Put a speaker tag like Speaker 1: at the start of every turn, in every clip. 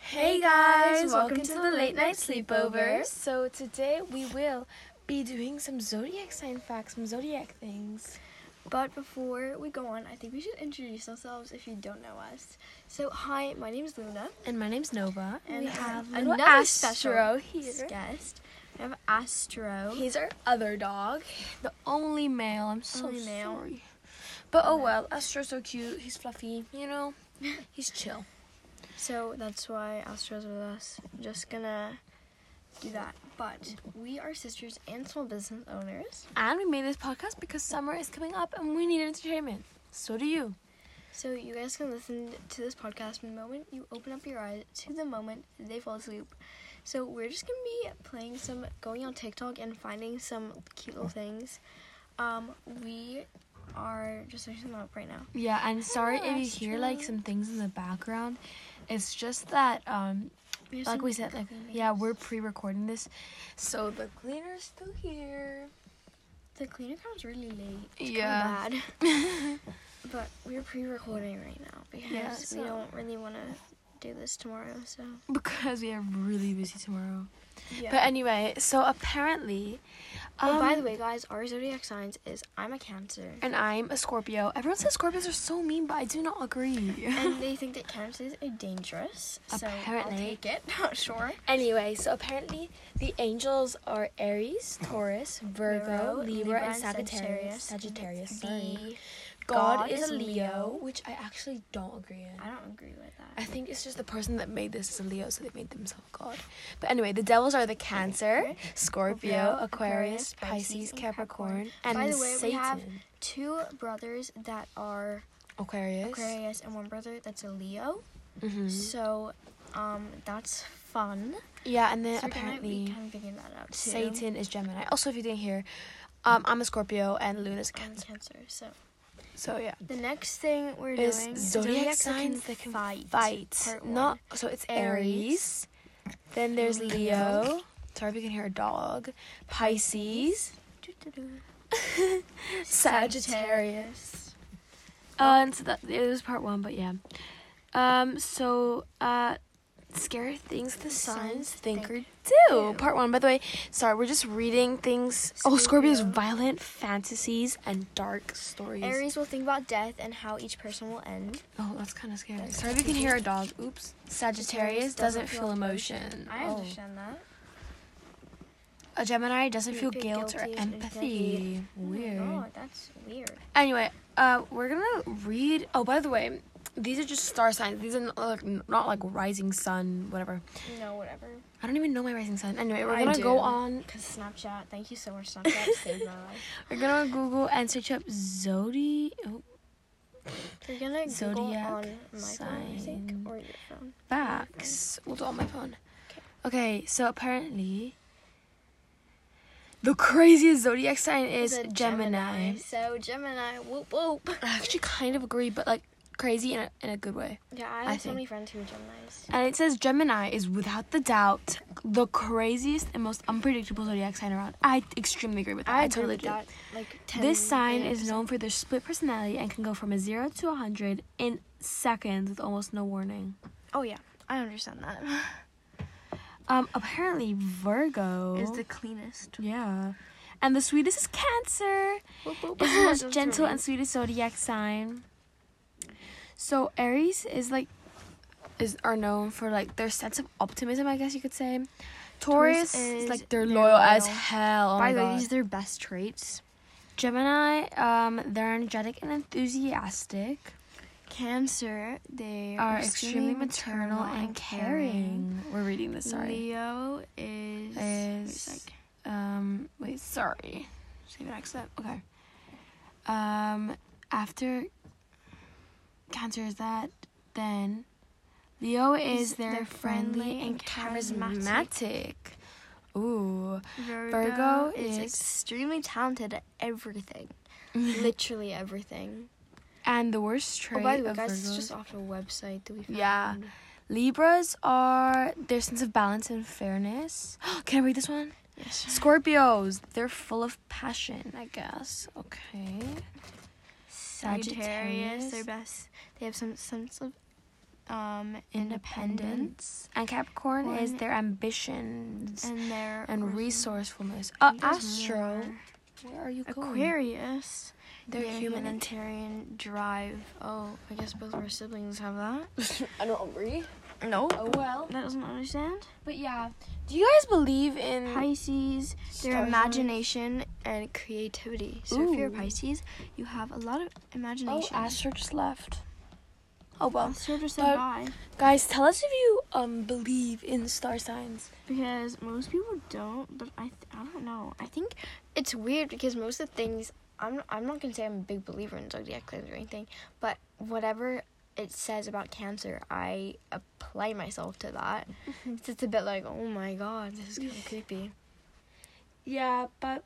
Speaker 1: Hey guys, welcome to the late night sleepover.
Speaker 2: So today we will be doing some zodiac sign facts, some zodiac things.
Speaker 1: But before we go on, I think we should introduce ourselves if you don't know us. So, hi, my name is Luna,
Speaker 2: And my name's Nova.
Speaker 1: and
Speaker 2: we have
Speaker 1: another
Speaker 2: another
Speaker 1: special
Speaker 2: Astro here.
Speaker 1: guest. We have Astro.
Speaker 2: He's our other dog, the only male. I'm so
Speaker 1: Only male.
Speaker 2: sorry. But oh well, Astro's so cute. He's fluffy, you know. He's chill.
Speaker 1: So that's why Astro's with us. Just gonna do that. But we are sisters and small business owners.
Speaker 2: And we made this podcast because summer is coming up and we need entertainment. So do you.
Speaker 1: So you guys can listen to this podcast from the moment you open up your eyes to the moment they fall asleep. So we're just gonna be playing some, going on TikTok and finding some cute little things. Um, we are just searching them up right now.
Speaker 2: Yeah, and sorry
Speaker 1: Hello,
Speaker 2: if you hear like
Speaker 1: Astro.
Speaker 2: some things in the background. It's just that um
Speaker 1: have
Speaker 2: like
Speaker 1: some
Speaker 2: we said like
Speaker 1: cleaners.
Speaker 2: yeah, we're pre-recording this. So the cleaner's still here.
Speaker 1: The cleaner comes really late. It's
Speaker 2: Yeah.
Speaker 1: Kinda bad. But we're pre-recording right now because
Speaker 2: Yeah, so-
Speaker 1: we don't really want to do this tomorrow. So
Speaker 2: because we are really busy tomorrow.
Speaker 1: yeah.
Speaker 2: But anyway, so apparently
Speaker 1: oh,
Speaker 2: um,
Speaker 1: by the way, guys, our zodiac signs is I'm a Cancer,
Speaker 2: and I'm a Scorpio. Everyone says Scorpios are so mean, but I do not agree.
Speaker 1: and they think that Cancers are dangerous. so I'll
Speaker 2: Apparently.
Speaker 1: take it. Not sure.
Speaker 2: Anyway, so apparently the angels are Aries, Taurus, Virgo, Libra, and Sagittarius. Sagittarius, sorry.
Speaker 1: The-
Speaker 2: God,
Speaker 1: God
Speaker 2: is,
Speaker 1: is
Speaker 2: a Leo,
Speaker 1: Leo.
Speaker 2: which I actually don't agree in.
Speaker 1: I don't agree with that.
Speaker 2: I think it's just the person that made this is a Leo, so they made themselves God. But anyway, the devils are the Cancer, Scorpio, Aquarius, Pisces,
Speaker 1: and
Speaker 2: Capricorn, and
Speaker 1: By the way,
Speaker 2: Satan.
Speaker 1: we have two brothers that are
Speaker 2: Aquarius.
Speaker 1: Aquarius and one brother that's a Leo.
Speaker 2: Mhm.
Speaker 1: So, um, that's fun.
Speaker 2: Yeah, and then
Speaker 1: So we're kinda- we
Speaker 2: apparently
Speaker 1: kind of figured that out too.
Speaker 2: Satan is Gemini. Also, if you didn't hear, um, I'm a Scorpio and Luna's a
Speaker 1: Um, and
Speaker 2: Cancer.
Speaker 1: Cancer. So
Speaker 2: So yeah.
Speaker 1: the next thing we're
Speaker 2: Is
Speaker 1: doing
Speaker 2: zodiac signs that can fight.
Speaker 1: Part
Speaker 2: Not
Speaker 1: one.
Speaker 2: so it's Aries.
Speaker 1: Aries.
Speaker 2: Then there's
Speaker 1: Leo.
Speaker 2: Leo. Sorry if you can hear a dog. Pisces.
Speaker 1: Doo-doo-doo.
Speaker 2: Sagittarius. Uh, and so that yeah, that was part one, but yeah. Um. So uh, scary things the signs think or do.
Speaker 1: do.
Speaker 2: Part one. By the way, sorry, we're just reading things. Oh, Scorpio's
Speaker 1: Scorpio.
Speaker 2: violent fantasies and dark stories.
Speaker 1: Aries will think about death and how each person will end.
Speaker 2: Oh, that's kind of scary.
Speaker 1: That's
Speaker 2: sorry if you can hear a dog. Oops. Sagittarius doesn't feel emotion.
Speaker 1: I
Speaker 2: Oh.
Speaker 1: understand that.
Speaker 2: A Gemini doesn't
Speaker 1: You
Speaker 2: feel
Speaker 1: feel
Speaker 2: guilt or
Speaker 1: guilty and
Speaker 2: empathy. Weird.
Speaker 1: Oh, that's weird.
Speaker 2: Anyway, uh, we're gonna read. Oh, by the way, these are just star signs. These are not like, not like rising sun, whatever.
Speaker 1: No, whatever.
Speaker 2: I don't even know my rising sign. Anyway, we're
Speaker 1: I
Speaker 2: gonna go
Speaker 1: do.
Speaker 2: on.
Speaker 1: Cause Snapchat. Thank you so much, Snapchat. saved my life.
Speaker 2: We're gonna Google and search up Zodi. Oh,
Speaker 1: We're gonna
Speaker 2: Zodiac
Speaker 1: Google on my phone, I think,
Speaker 2: sign.
Speaker 1: or your phone.
Speaker 2: facts. We'll do it on my phone. Okay, so apparently, the craziest zodiac sign is
Speaker 1: The
Speaker 2: Gemini.
Speaker 1: So Gemini. Whoop whoop.
Speaker 2: I actually kind of agree, but like crazy in a, in a good way.
Speaker 1: Yeah, I
Speaker 2: I
Speaker 1: have so
Speaker 2: think.
Speaker 1: many friends who are Geminis.
Speaker 2: And it says Gemini is without the doubt the craziest and most unpredictable zodiac sign around. I extremely agree with that. I,
Speaker 1: agree
Speaker 2: totally
Speaker 1: with
Speaker 2: do.
Speaker 1: that. Like 10
Speaker 2: This sign
Speaker 1: million
Speaker 2: is
Speaker 1: percent.
Speaker 2: known for their split personality and can go from a zero to a hundred in seconds with almost no warning.
Speaker 1: Oh yeah, I understand that.
Speaker 2: Um, apparently Virgo
Speaker 1: Is the cleanest.
Speaker 2: yeah, and the sweetest is Cancer.
Speaker 1: Whoop, whoop.
Speaker 2: It's the most
Speaker 1: That's
Speaker 2: gentle
Speaker 1: right.
Speaker 2: and sweetest zodiac sign. So Aries is like is are known for like their sense of optimism, I guess you could say. Taurus,
Speaker 1: Taurus
Speaker 2: is
Speaker 1: is
Speaker 2: like they're
Speaker 1: very
Speaker 2: loyal, as
Speaker 1: loyal.
Speaker 2: hell. Oh my
Speaker 1: By the way,
Speaker 2: God.
Speaker 1: these are their best traits.
Speaker 2: Gemini, um, they're energetic and enthusiastic,
Speaker 1: Cancer, they
Speaker 2: are extremely maternal and caring. We're reading this, sorry.
Speaker 1: Leo is
Speaker 2: Is- Um, wait, sorry. Save an accent. Okay. Um, after Cancer is that, then Leo is,
Speaker 1: Is
Speaker 2: their
Speaker 1: they're
Speaker 2: friendly
Speaker 1: friendly
Speaker 2: and
Speaker 1: and
Speaker 2: charismatic. Ooh.
Speaker 1: Virgo,
Speaker 2: Virgo
Speaker 1: is,
Speaker 2: is-
Speaker 1: extremely talented at everything, literally everything.
Speaker 2: And the worst
Speaker 1: Oh,
Speaker 2: trait
Speaker 1: by the way,
Speaker 2: of
Speaker 1: guys, it's
Speaker 2: Virgos-
Speaker 1: just off a website that we found.
Speaker 2: Yeah. Libras are their sense of balance and fairness. Can I read this one?
Speaker 1: Yes.
Speaker 2: Scorpios, they're full of passion, I guess. Okay.
Speaker 1: Sagittarius,
Speaker 2: Sagittarius.
Speaker 1: their best. They have some sense of um, independent,
Speaker 2: independence, and Capricorn is
Speaker 1: One-
Speaker 2: their ambitions and,
Speaker 1: and their
Speaker 2: resourcefulness.
Speaker 1: I
Speaker 2: Uh,
Speaker 1: think there's
Speaker 2: Astro,
Speaker 1: more.
Speaker 2: where are you going?
Speaker 1: Aquarius.
Speaker 2: Their
Speaker 1: Their
Speaker 2: human
Speaker 1: humanitarian drive. Oh, I guess both of our siblings have that.
Speaker 2: I don't agree.
Speaker 1: No.
Speaker 2: Oh well.
Speaker 1: That doesn't understand.
Speaker 2: But yeah, do you guys believe in?
Speaker 1: Pisces,
Speaker 2: Star
Speaker 1: their
Speaker 2: signs.
Speaker 1: imagination and creativity. So if you're a
Speaker 2: Ooh.
Speaker 1: Pisces, you have a lot of
Speaker 2: oh,
Speaker 1: imagination.
Speaker 2: Astro just left. Oh well,
Speaker 1: Astro just
Speaker 2: but-
Speaker 1: said bye.
Speaker 2: guys, tell us if you um believe in star signs.
Speaker 1: Because most people don't, but I, th- I don't know. I think it's weird because most of the things I'm I'm not gonna say I'm a big believer in zodiac signs or anything, but whatever it says about cancer, I apply myself to that.
Speaker 2: Mm-hmm.
Speaker 1: It's just a bit like, oh my god, this is kind of creepy.
Speaker 2: Yeah, but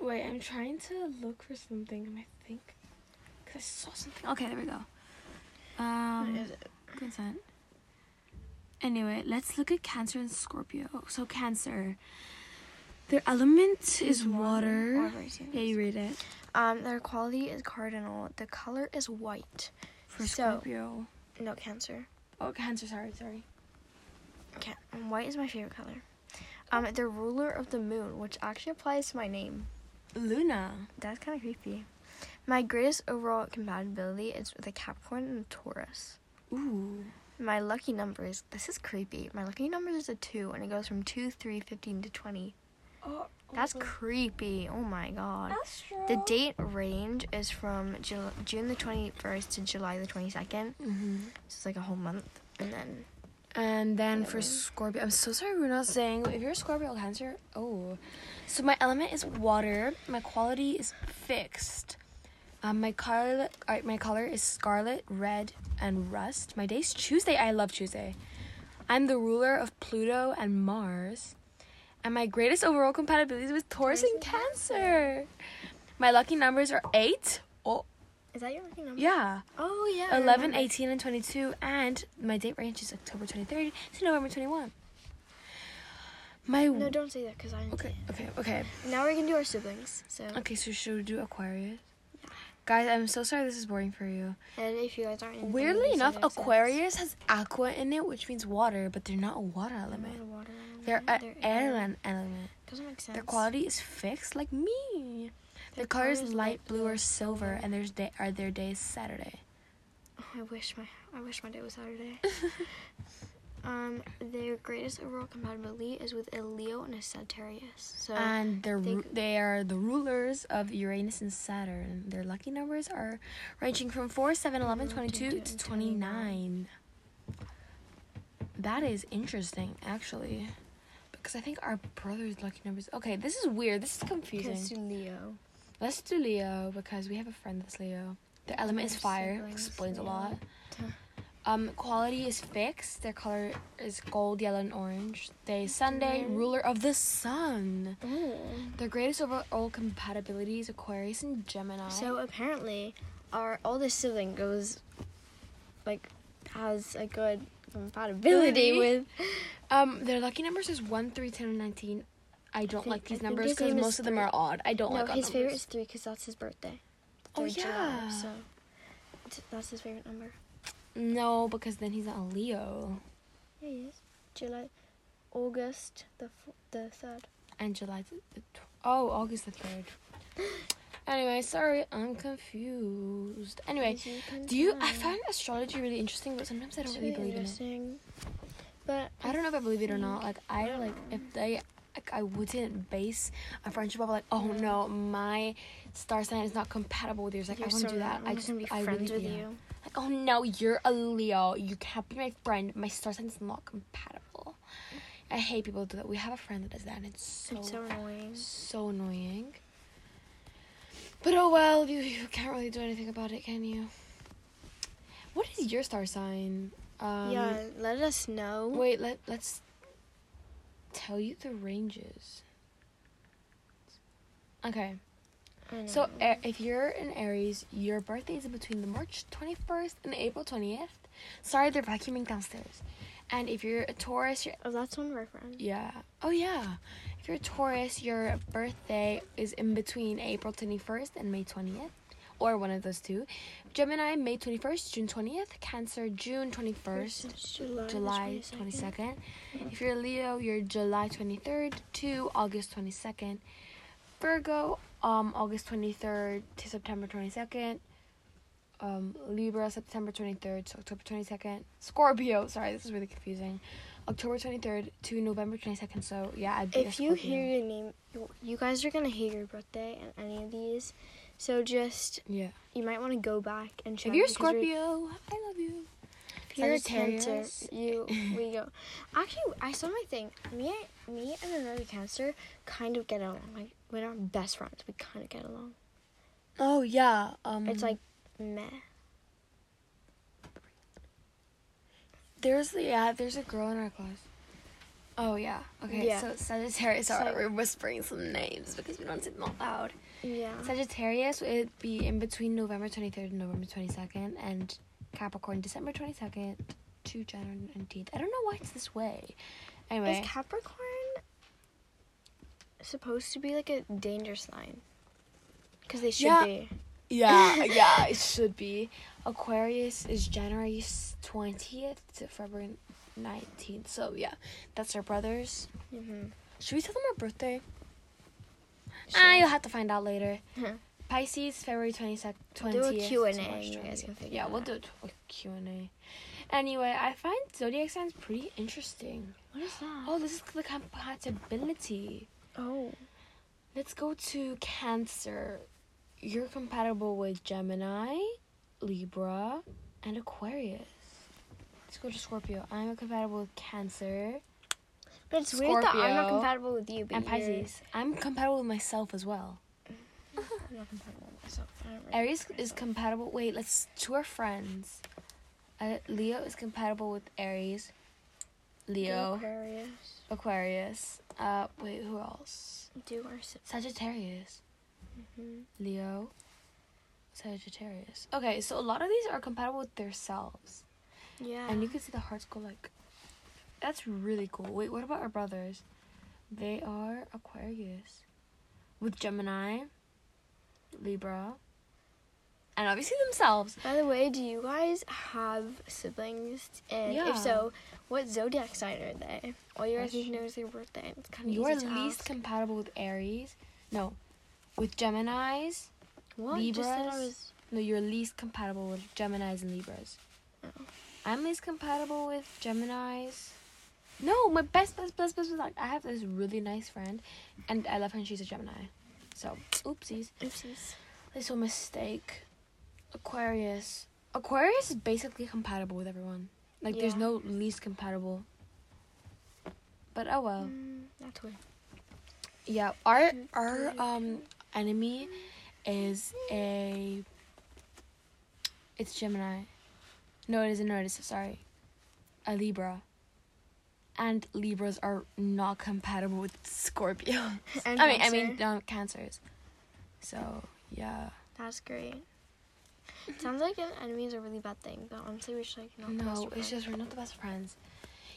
Speaker 2: wait, I'm trying to look for something. and I think because I saw something. Okay, there we go. Um,
Speaker 1: What is it?
Speaker 2: Consent. Anyway, let's look at Cancer and Scorpio. So Cancer, their element is water.
Speaker 1: Whatever it is.
Speaker 2: Yeah, you read it
Speaker 1: Um, their quality is cardinal. The color is white.
Speaker 2: for
Speaker 1: So-
Speaker 2: Scorpio.
Speaker 1: No cancer.
Speaker 2: Oh, Cancer. Sorry, sorry.
Speaker 1: Can- white is my favorite color. Um, the ruler of the moon, which actually applies to my name.
Speaker 2: Luna.
Speaker 1: That's kind of creepy. My greatest overall compatibility is with a Capricorn and a Taurus.
Speaker 2: Ooh.
Speaker 1: My lucky numbers, this is creepy. My lucky number is a 2, and it goes from 2, 3, 15 to 20.
Speaker 2: Oh,
Speaker 1: That's creepy. Oh my god.
Speaker 2: Astro.
Speaker 1: The date range is from Jul- June the 21st to July the 22nd.
Speaker 2: Mm-hmm.
Speaker 1: So it's like a whole month. And then
Speaker 2: And then for
Speaker 1: Whatever.
Speaker 2: Scorpio, I'm so sorry we're not saying if you're a Scorpio or Cancer. Oh, so my element is water. My quality is fixed. Um, my color, uh, my color is scarlet, red, and rust. My day's Tuesday. I love Tuesday. I'm the ruler of Pluto and Mars, and my greatest overall compatibility is with Taurus and Cancer. My lucky numbers are eight. Oh,
Speaker 1: is that your lucky number?
Speaker 2: yeah.
Speaker 1: Oh yeah. I
Speaker 2: 11,
Speaker 1: remember.
Speaker 2: 18, and 22, and my date range is October 23rd to November 21. My
Speaker 1: No, don't say that because I.
Speaker 2: okay, okay, okay,
Speaker 1: Now we're gonna do our siblings. So,
Speaker 2: okay. So should we do Aquarius? Guys, I'm so sorry this is boring for you.
Speaker 1: and if you guys aren't. into
Speaker 2: Weirdly
Speaker 1: these
Speaker 2: enough,
Speaker 1: zodiac signs-
Speaker 2: Aquarius has aqua in it, which means water, but they're not a water
Speaker 1: They're not
Speaker 2: element.
Speaker 1: a water element,
Speaker 2: They're an
Speaker 1: Mm-hmm. air.
Speaker 2: airland element.
Speaker 1: Doesn't make sense.
Speaker 2: Their quality is fixed, like me. Their color is light blue or silver, and there's day are their days Saturday.
Speaker 1: Oh, I wish my I wish my day was Saturday. um, their greatest overall compatibility is with a Leo and a Sagittarius. So
Speaker 2: and they're
Speaker 1: they
Speaker 2: ru-
Speaker 1: g-
Speaker 2: they are the rulers of Uranus and Saturn. Their lucky numbers are ranging from 4, 7, 11, 22 to 29. That is interesting, actually. Because I think our brother's lucky numbers. Okay, this is weird. This is confusing.
Speaker 1: Leo.
Speaker 2: Let's do Leo because we have a friend that's Leo. Their element is
Speaker 1: Our
Speaker 2: fire.
Speaker 1: siblings,
Speaker 2: Explains a
Speaker 1: Leo.
Speaker 2: lot.
Speaker 1: Huh.
Speaker 2: Um, quality is fixed. Their color is gold, yellow, and orange. Day Sunday, ruler of the sun. Their greatest overall compatibility is Aquarius and Gemini.
Speaker 1: So apparently, our oldest sibling goes like has a good compatibility
Speaker 2: Ability.
Speaker 1: with.
Speaker 2: um, their lucky numbers is 1, 3, 10, and 19. I don't
Speaker 1: think-
Speaker 2: like
Speaker 1: I
Speaker 2: these
Speaker 1: think
Speaker 2: numbers
Speaker 1: his
Speaker 2: because
Speaker 1: name is
Speaker 2: most of them
Speaker 1: three.
Speaker 2: are odd. I don't
Speaker 1: no,
Speaker 2: like odd
Speaker 1: his favorite is
Speaker 2: numbers.
Speaker 1: three because that's his birthday.
Speaker 2: Oh,
Speaker 1: Third July,
Speaker 2: yeah.
Speaker 1: so t- that's his favorite number.
Speaker 2: No, because then he's not a Leo.
Speaker 1: Yeah, he is. July, August the f- the third.
Speaker 2: And July the, the tw- Oh, August the 3rd. anyway, sorry, I'm confused. Anyway,
Speaker 1: As you can
Speaker 2: do you. I
Speaker 1: tell.
Speaker 2: find astrology really interesting, but sometimes I don't
Speaker 1: It's
Speaker 2: really
Speaker 1: really
Speaker 2: believe in it.
Speaker 1: interesting. But
Speaker 2: I don't know if I believe it or not. Like I
Speaker 1: I
Speaker 2: like
Speaker 1: don't
Speaker 2: if they like I wouldn't base a friendship off like oh no my star sign is not compatible with yours. Like I
Speaker 1: you're
Speaker 2: wouldn't
Speaker 1: so
Speaker 2: do that.
Speaker 1: wrong.
Speaker 2: I
Speaker 1: I'm
Speaker 2: just
Speaker 1: gonna be
Speaker 2: I
Speaker 1: friends
Speaker 2: really,
Speaker 1: with
Speaker 2: yeah.
Speaker 1: you.
Speaker 2: Like oh no, you're a Leo. You can't be my friend. My star sign is not compatible. I hate people who do that. We have a friend that does that, and it's so
Speaker 1: it's so annoying.
Speaker 2: so annoying. But oh well, you, you can't really do anything about it, can you? What is your star sign? Um,
Speaker 1: yeah, let us know.
Speaker 2: Wait, let let's tell you the ranges. Okay,
Speaker 1: I don't
Speaker 2: so
Speaker 1: know.
Speaker 2: a- if you're in Aries, your birthday is between the March 21st and April 20th. Sorry, they're vacuuming downstairs. And if you're a Taurus, you're
Speaker 1: oh, that's one of our friends.
Speaker 2: yeah. Oh yeah. If you're a Taurus, your birthday is in between April 21st and May 20th. or one of those two. Gemini, May 21st, June 20th. Cancer, June 21st,
Speaker 1: July,
Speaker 2: July 22nd. If you're a Leo, you're July 23rd to August 22nd. Virgo, um, August 23rd to September 22nd. Um, Libra, September 23rd to October 22nd. Scorpio, sorry, this is really confusing. October 23rd to November 22nd. So, yeah, I'd be a
Speaker 1: If you
Speaker 2: Scorpio.
Speaker 1: hear your name, you- you guys are gonna hear your birthday in any of these, so just
Speaker 2: Yeah.
Speaker 1: you might want to go back and check.
Speaker 2: If you're a
Speaker 1: because
Speaker 2: Scorpio, I love you.
Speaker 1: if you're a Cancer,
Speaker 2: Sagittarius.
Speaker 1: you we go. Actually, I saw my thing. Me, me and another Cancer kind of get along. Like we're not best friends. We kind of get along.
Speaker 2: Oh yeah. Um
Speaker 1: It's like meh.
Speaker 2: there's yeah, there's a girl in our class. Oh yeah. Okay.
Speaker 1: Yeah.
Speaker 2: So Sagittarius
Speaker 1: So-
Speaker 2: are we're whispering some names because we don't say them out loud.
Speaker 1: Yeah.
Speaker 2: Sagittarius would be in between November twenty third and November twenty second and Capricorn December twenty second to January nineteenth. I don't know why it's this way. Anyway.
Speaker 1: Is Capricorn supposed to be like a danger sign? Because they should
Speaker 2: Yeah.
Speaker 1: be.
Speaker 2: Yeah, yeah, it should be. Aquarius is January s- 20th to February 19th. So, yeah, that's our brothers.
Speaker 1: Mm-hmm.
Speaker 2: Should we tell them our birthday? Ah, you'll have to find out later.
Speaker 1: Huh.
Speaker 2: Pisces, February 22nd, 20th.
Speaker 1: Uh-huh. Do a
Speaker 2: to
Speaker 1: Q&A,
Speaker 2: March
Speaker 1: you guys
Speaker 2: 20th.
Speaker 1: can figure
Speaker 2: Yeah,
Speaker 1: it
Speaker 2: we'll
Speaker 1: out.
Speaker 2: do a t- a Q&A. Anyway, I find zodiac signs pretty interesting.
Speaker 1: What is that?
Speaker 2: Oh, this is the compatibility.
Speaker 1: oh.
Speaker 2: Let's go to Cancer. You're compatible with Gemini, Libra, and Aquarius. Let's go to Scorpio. I'm compatible with Cancer
Speaker 1: But it's weird that I'm not
Speaker 2: Scorpio
Speaker 1: compatible with you, but
Speaker 2: and
Speaker 1: you're-
Speaker 2: Pisces. I'm compatible with myself as well.
Speaker 1: I'm not compatible with myself. I don't really
Speaker 2: Aries
Speaker 1: like
Speaker 2: is
Speaker 1: myself.
Speaker 2: compatible. Wait, let's to our friends. Uh, Leo is compatible with Aries,
Speaker 1: Do
Speaker 2: Leo,
Speaker 1: Aquarius.
Speaker 2: Aquarius. Uh, wait, who else?
Speaker 1: Do our si-
Speaker 2: Sagittarius.
Speaker 1: mhm.
Speaker 2: Leo, Sagittarius. Okay, so a lot of these are compatible with their selves.
Speaker 1: Yeah.
Speaker 2: And you can see the hearts go like. That's really cool. Wait, what about our brothers? They are Aquarius with Gemini, Libra, and obviously themselves.
Speaker 1: By the way, do you guys have siblings? And
Speaker 2: Yeah.
Speaker 1: if so, what zodiac sign are they? All you guys
Speaker 2: That's
Speaker 1: need to know is their birthday. It's kind of
Speaker 2: You are
Speaker 1: easy to
Speaker 2: least
Speaker 1: ask.
Speaker 2: compatible with Aries. No, with Geminis.
Speaker 1: What? You Just said I
Speaker 2: Libras.
Speaker 1: was.
Speaker 2: No, you're least compatible with Geminis and Libras.
Speaker 1: Oh.
Speaker 2: I'm least compatible with Geminis. No, my best, best, best, best, best. Like, I have this really nice friend, and I love her, and she's a Gemini. So, oopsies.
Speaker 1: Oopsies.
Speaker 2: This one mistake. Aquarius. Aquarius is basically compatible with everyone. Like, there's
Speaker 1: Yeah.
Speaker 2: no least compatible. But oh well.
Speaker 1: Mm, that's weird.
Speaker 2: Yeah, our our um enemy is a it's Gemini. No, it isn't. No, it is. Sorry, a Libra. And Libras are not compatible with Scorpio.
Speaker 1: And
Speaker 2: I mean, I mean,
Speaker 1: Cancer.
Speaker 2: um, Cancers. So yeah,
Speaker 1: That's great. Sounds like an enemy is a really bad thing, but honestly, we should like not. be
Speaker 2: no,
Speaker 1: best
Speaker 2: it's
Speaker 1: friends.
Speaker 2: just we're not the best friends.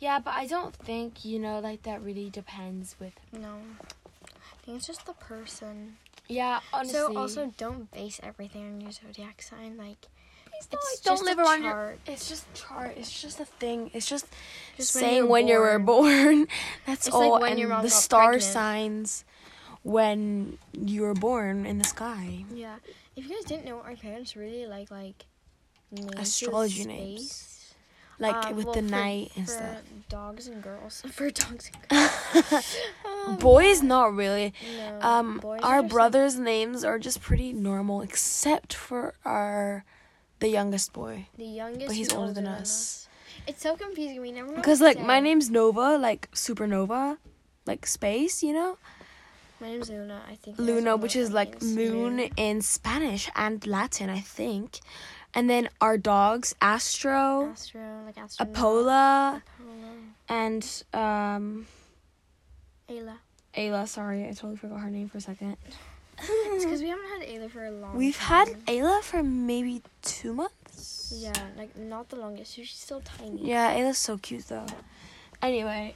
Speaker 2: Yeah, but I don't think you know like that really depends with.
Speaker 1: no. I think it's just the person.
Speaker 2: Yeah, honestly.
Speaker 1: So also, don't base everything on your zodiac sign. Like,
Speaker 2: Please like,
Speaker 1: it's just a
Speaker 2: around your-
Speaker 1: chart.
Speaker 2: It's just chart. It's just a thing. It's just,
Speaker 1: Just when
Speaker 2: saying
Speaker 1: you're
Speaker 2: when you were born. That's
Speaker 1: It's like
Speaker 2: all.
Speaker 1: when
Speaker 2: and
Speaker 1: your mom
Speaker 2: the
Speaker 1: got
Speaker 2: star
Speaker 1: pregnant.
Speaker 2: signs when you were born in the sky.
Speaker 1: Yeah. If you guys didn't know, our parents really like like names for
Speaker 2: Astrology
Speaker 1: space.
Speaker 2: names. Like
Speaker 1: Um,
Speaker 2: with
Speaker 1: well,
Speaker 2: the
Speaker 1: for-
Speaker 2: night and
Speaker 1: for
Speaker 2: stuff.
Speaker 1: Dogs and girls. For dogs and girls. Um,
Speaker 2: Boys, not really.
Speaker 1: no,
Speaker 2: Um,
Speaker 1: boys are
Speaker 2: our
Speaker 1: just, like-
Speaker 2: brothers' names are just pretty normal, except for our the youngest boy.
Speaker 1: the youngest.
Speaker 2: but he's
Speaker 1: and
Speaker 2: older than us.
Speaker 1: It's so confusing. We never. know
Speaker 2: Because
Speaker 1: what to
Speaker 2: like my
Speaker 1: say.
Speaker 2: name's Nova, like supernova, like space, you know.
Speaker 1: My name's Luna. I think. you guys
Speaker 2: Luna,
Speaker 1: know
Speaker 2: which
Speaker 1: what
Speaker 2: is
Speaker 1: that
Speaker 2: like
Speaker 1: means.
Speaker 2: moon in Spanish and Latin, I think. And then our dogs, Astro,
Speaker 1: Astro, like astronaut.
Speaker 2: Apola,
Speaker 1: Apollo.
Speaker 2: and um,
Speaker 1: Ayla.
Speaker 2: Ayla. Sorry, I totally forgot her name for a second.
Speaker 1: It's because we haven't had Ayla for a long.
Speaker 2: We've
Speaker 1: time.
Speaker 2: had Ayla for maybe two months.
Speaker 1: Yeah, like not the longest. so She's still tiny.
Speaker 2: Yeah, Ayla's so cute though. Anyway,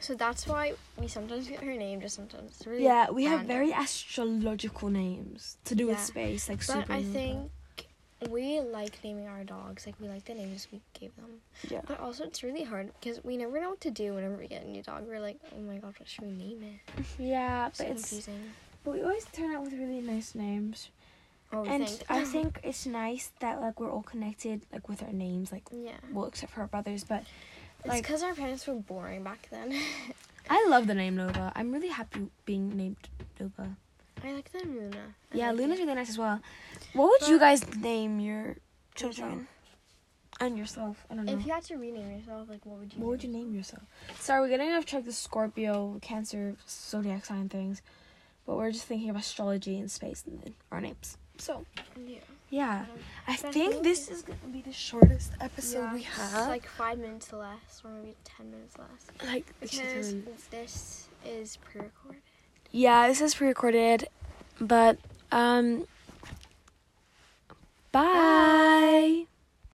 Speaker 1: So that's why we sometimes get her name, just sometimes. It's really
Speaker 2: Yeah, we have
Speaker 1: random.
Speaker 2: very astrological names to do with
Speaker 1: Yeah.
Speaker 2: space, like
Speaker 1: But I
Speaker 2: supernova.
Speaker 1: think we like naming our dogs. Like we like the names we gave them.
Speaker 2: Yeah.
Speaker 1: But also, it's really hard because we never know what to do whenever we get a new dog. We're like, oh my god, what should we name it?
Speaker 2: Yeah,
Speaker 1: So
Speaker 2: but it's
Speaker 1: confusing.
Speaker 2: but we always turn out with really nice names.
Speaker 1: What we
Speaker 2: and
Speaker 1: think.
Speaker 2: I think it's nice that like we're all connected like with our names, like
Speaker 1: Yeah.
Speaker 2: well except for our brothers, but
Speaker 1: It's
Speaker 2: like-
Speaker 1: because our parents were boring back then.
Speaker 2: I love the name Nova. I'm really happy being named Nova.
Speaker 1: I like the Luna. I
Speaker 2: yeah,
Speaker 1: like
Speaker 2: Luna's
Speaker 1: it.
Speaker 2: really nice as well. What would you
Speaker 1: But-
Speaker 2: guys name your children? And yourself. I don't know.
Speaker 1: If you had to rename yourself, like what would you?
Speaker 2: What would you name yourself? Sorry, we're getting off track the Scorpio, Cancer, zodiac sign things, but we're just thinking of astrology and space and then our names. So
Speaker 1: Yeah.
Speaker 2: yeah, I
Speaker 1: Um, But I
Speaker 2: think
Speaker 1: think
Speaker 2: this is gonna be the shortest episode
Speaker 1: yeah.
Speaker 2: we
Speaker 1: it's
Speaker 2: have.
Speaker 1: like five minutes less, or maybe ten minutes less,
Speaker 2: like this is
Speaker 1: because
Speaker 2: really-
Speaker 1: this is pre-recorded.
Speaker 2: yeah, this is pre-recorded, but um, bye.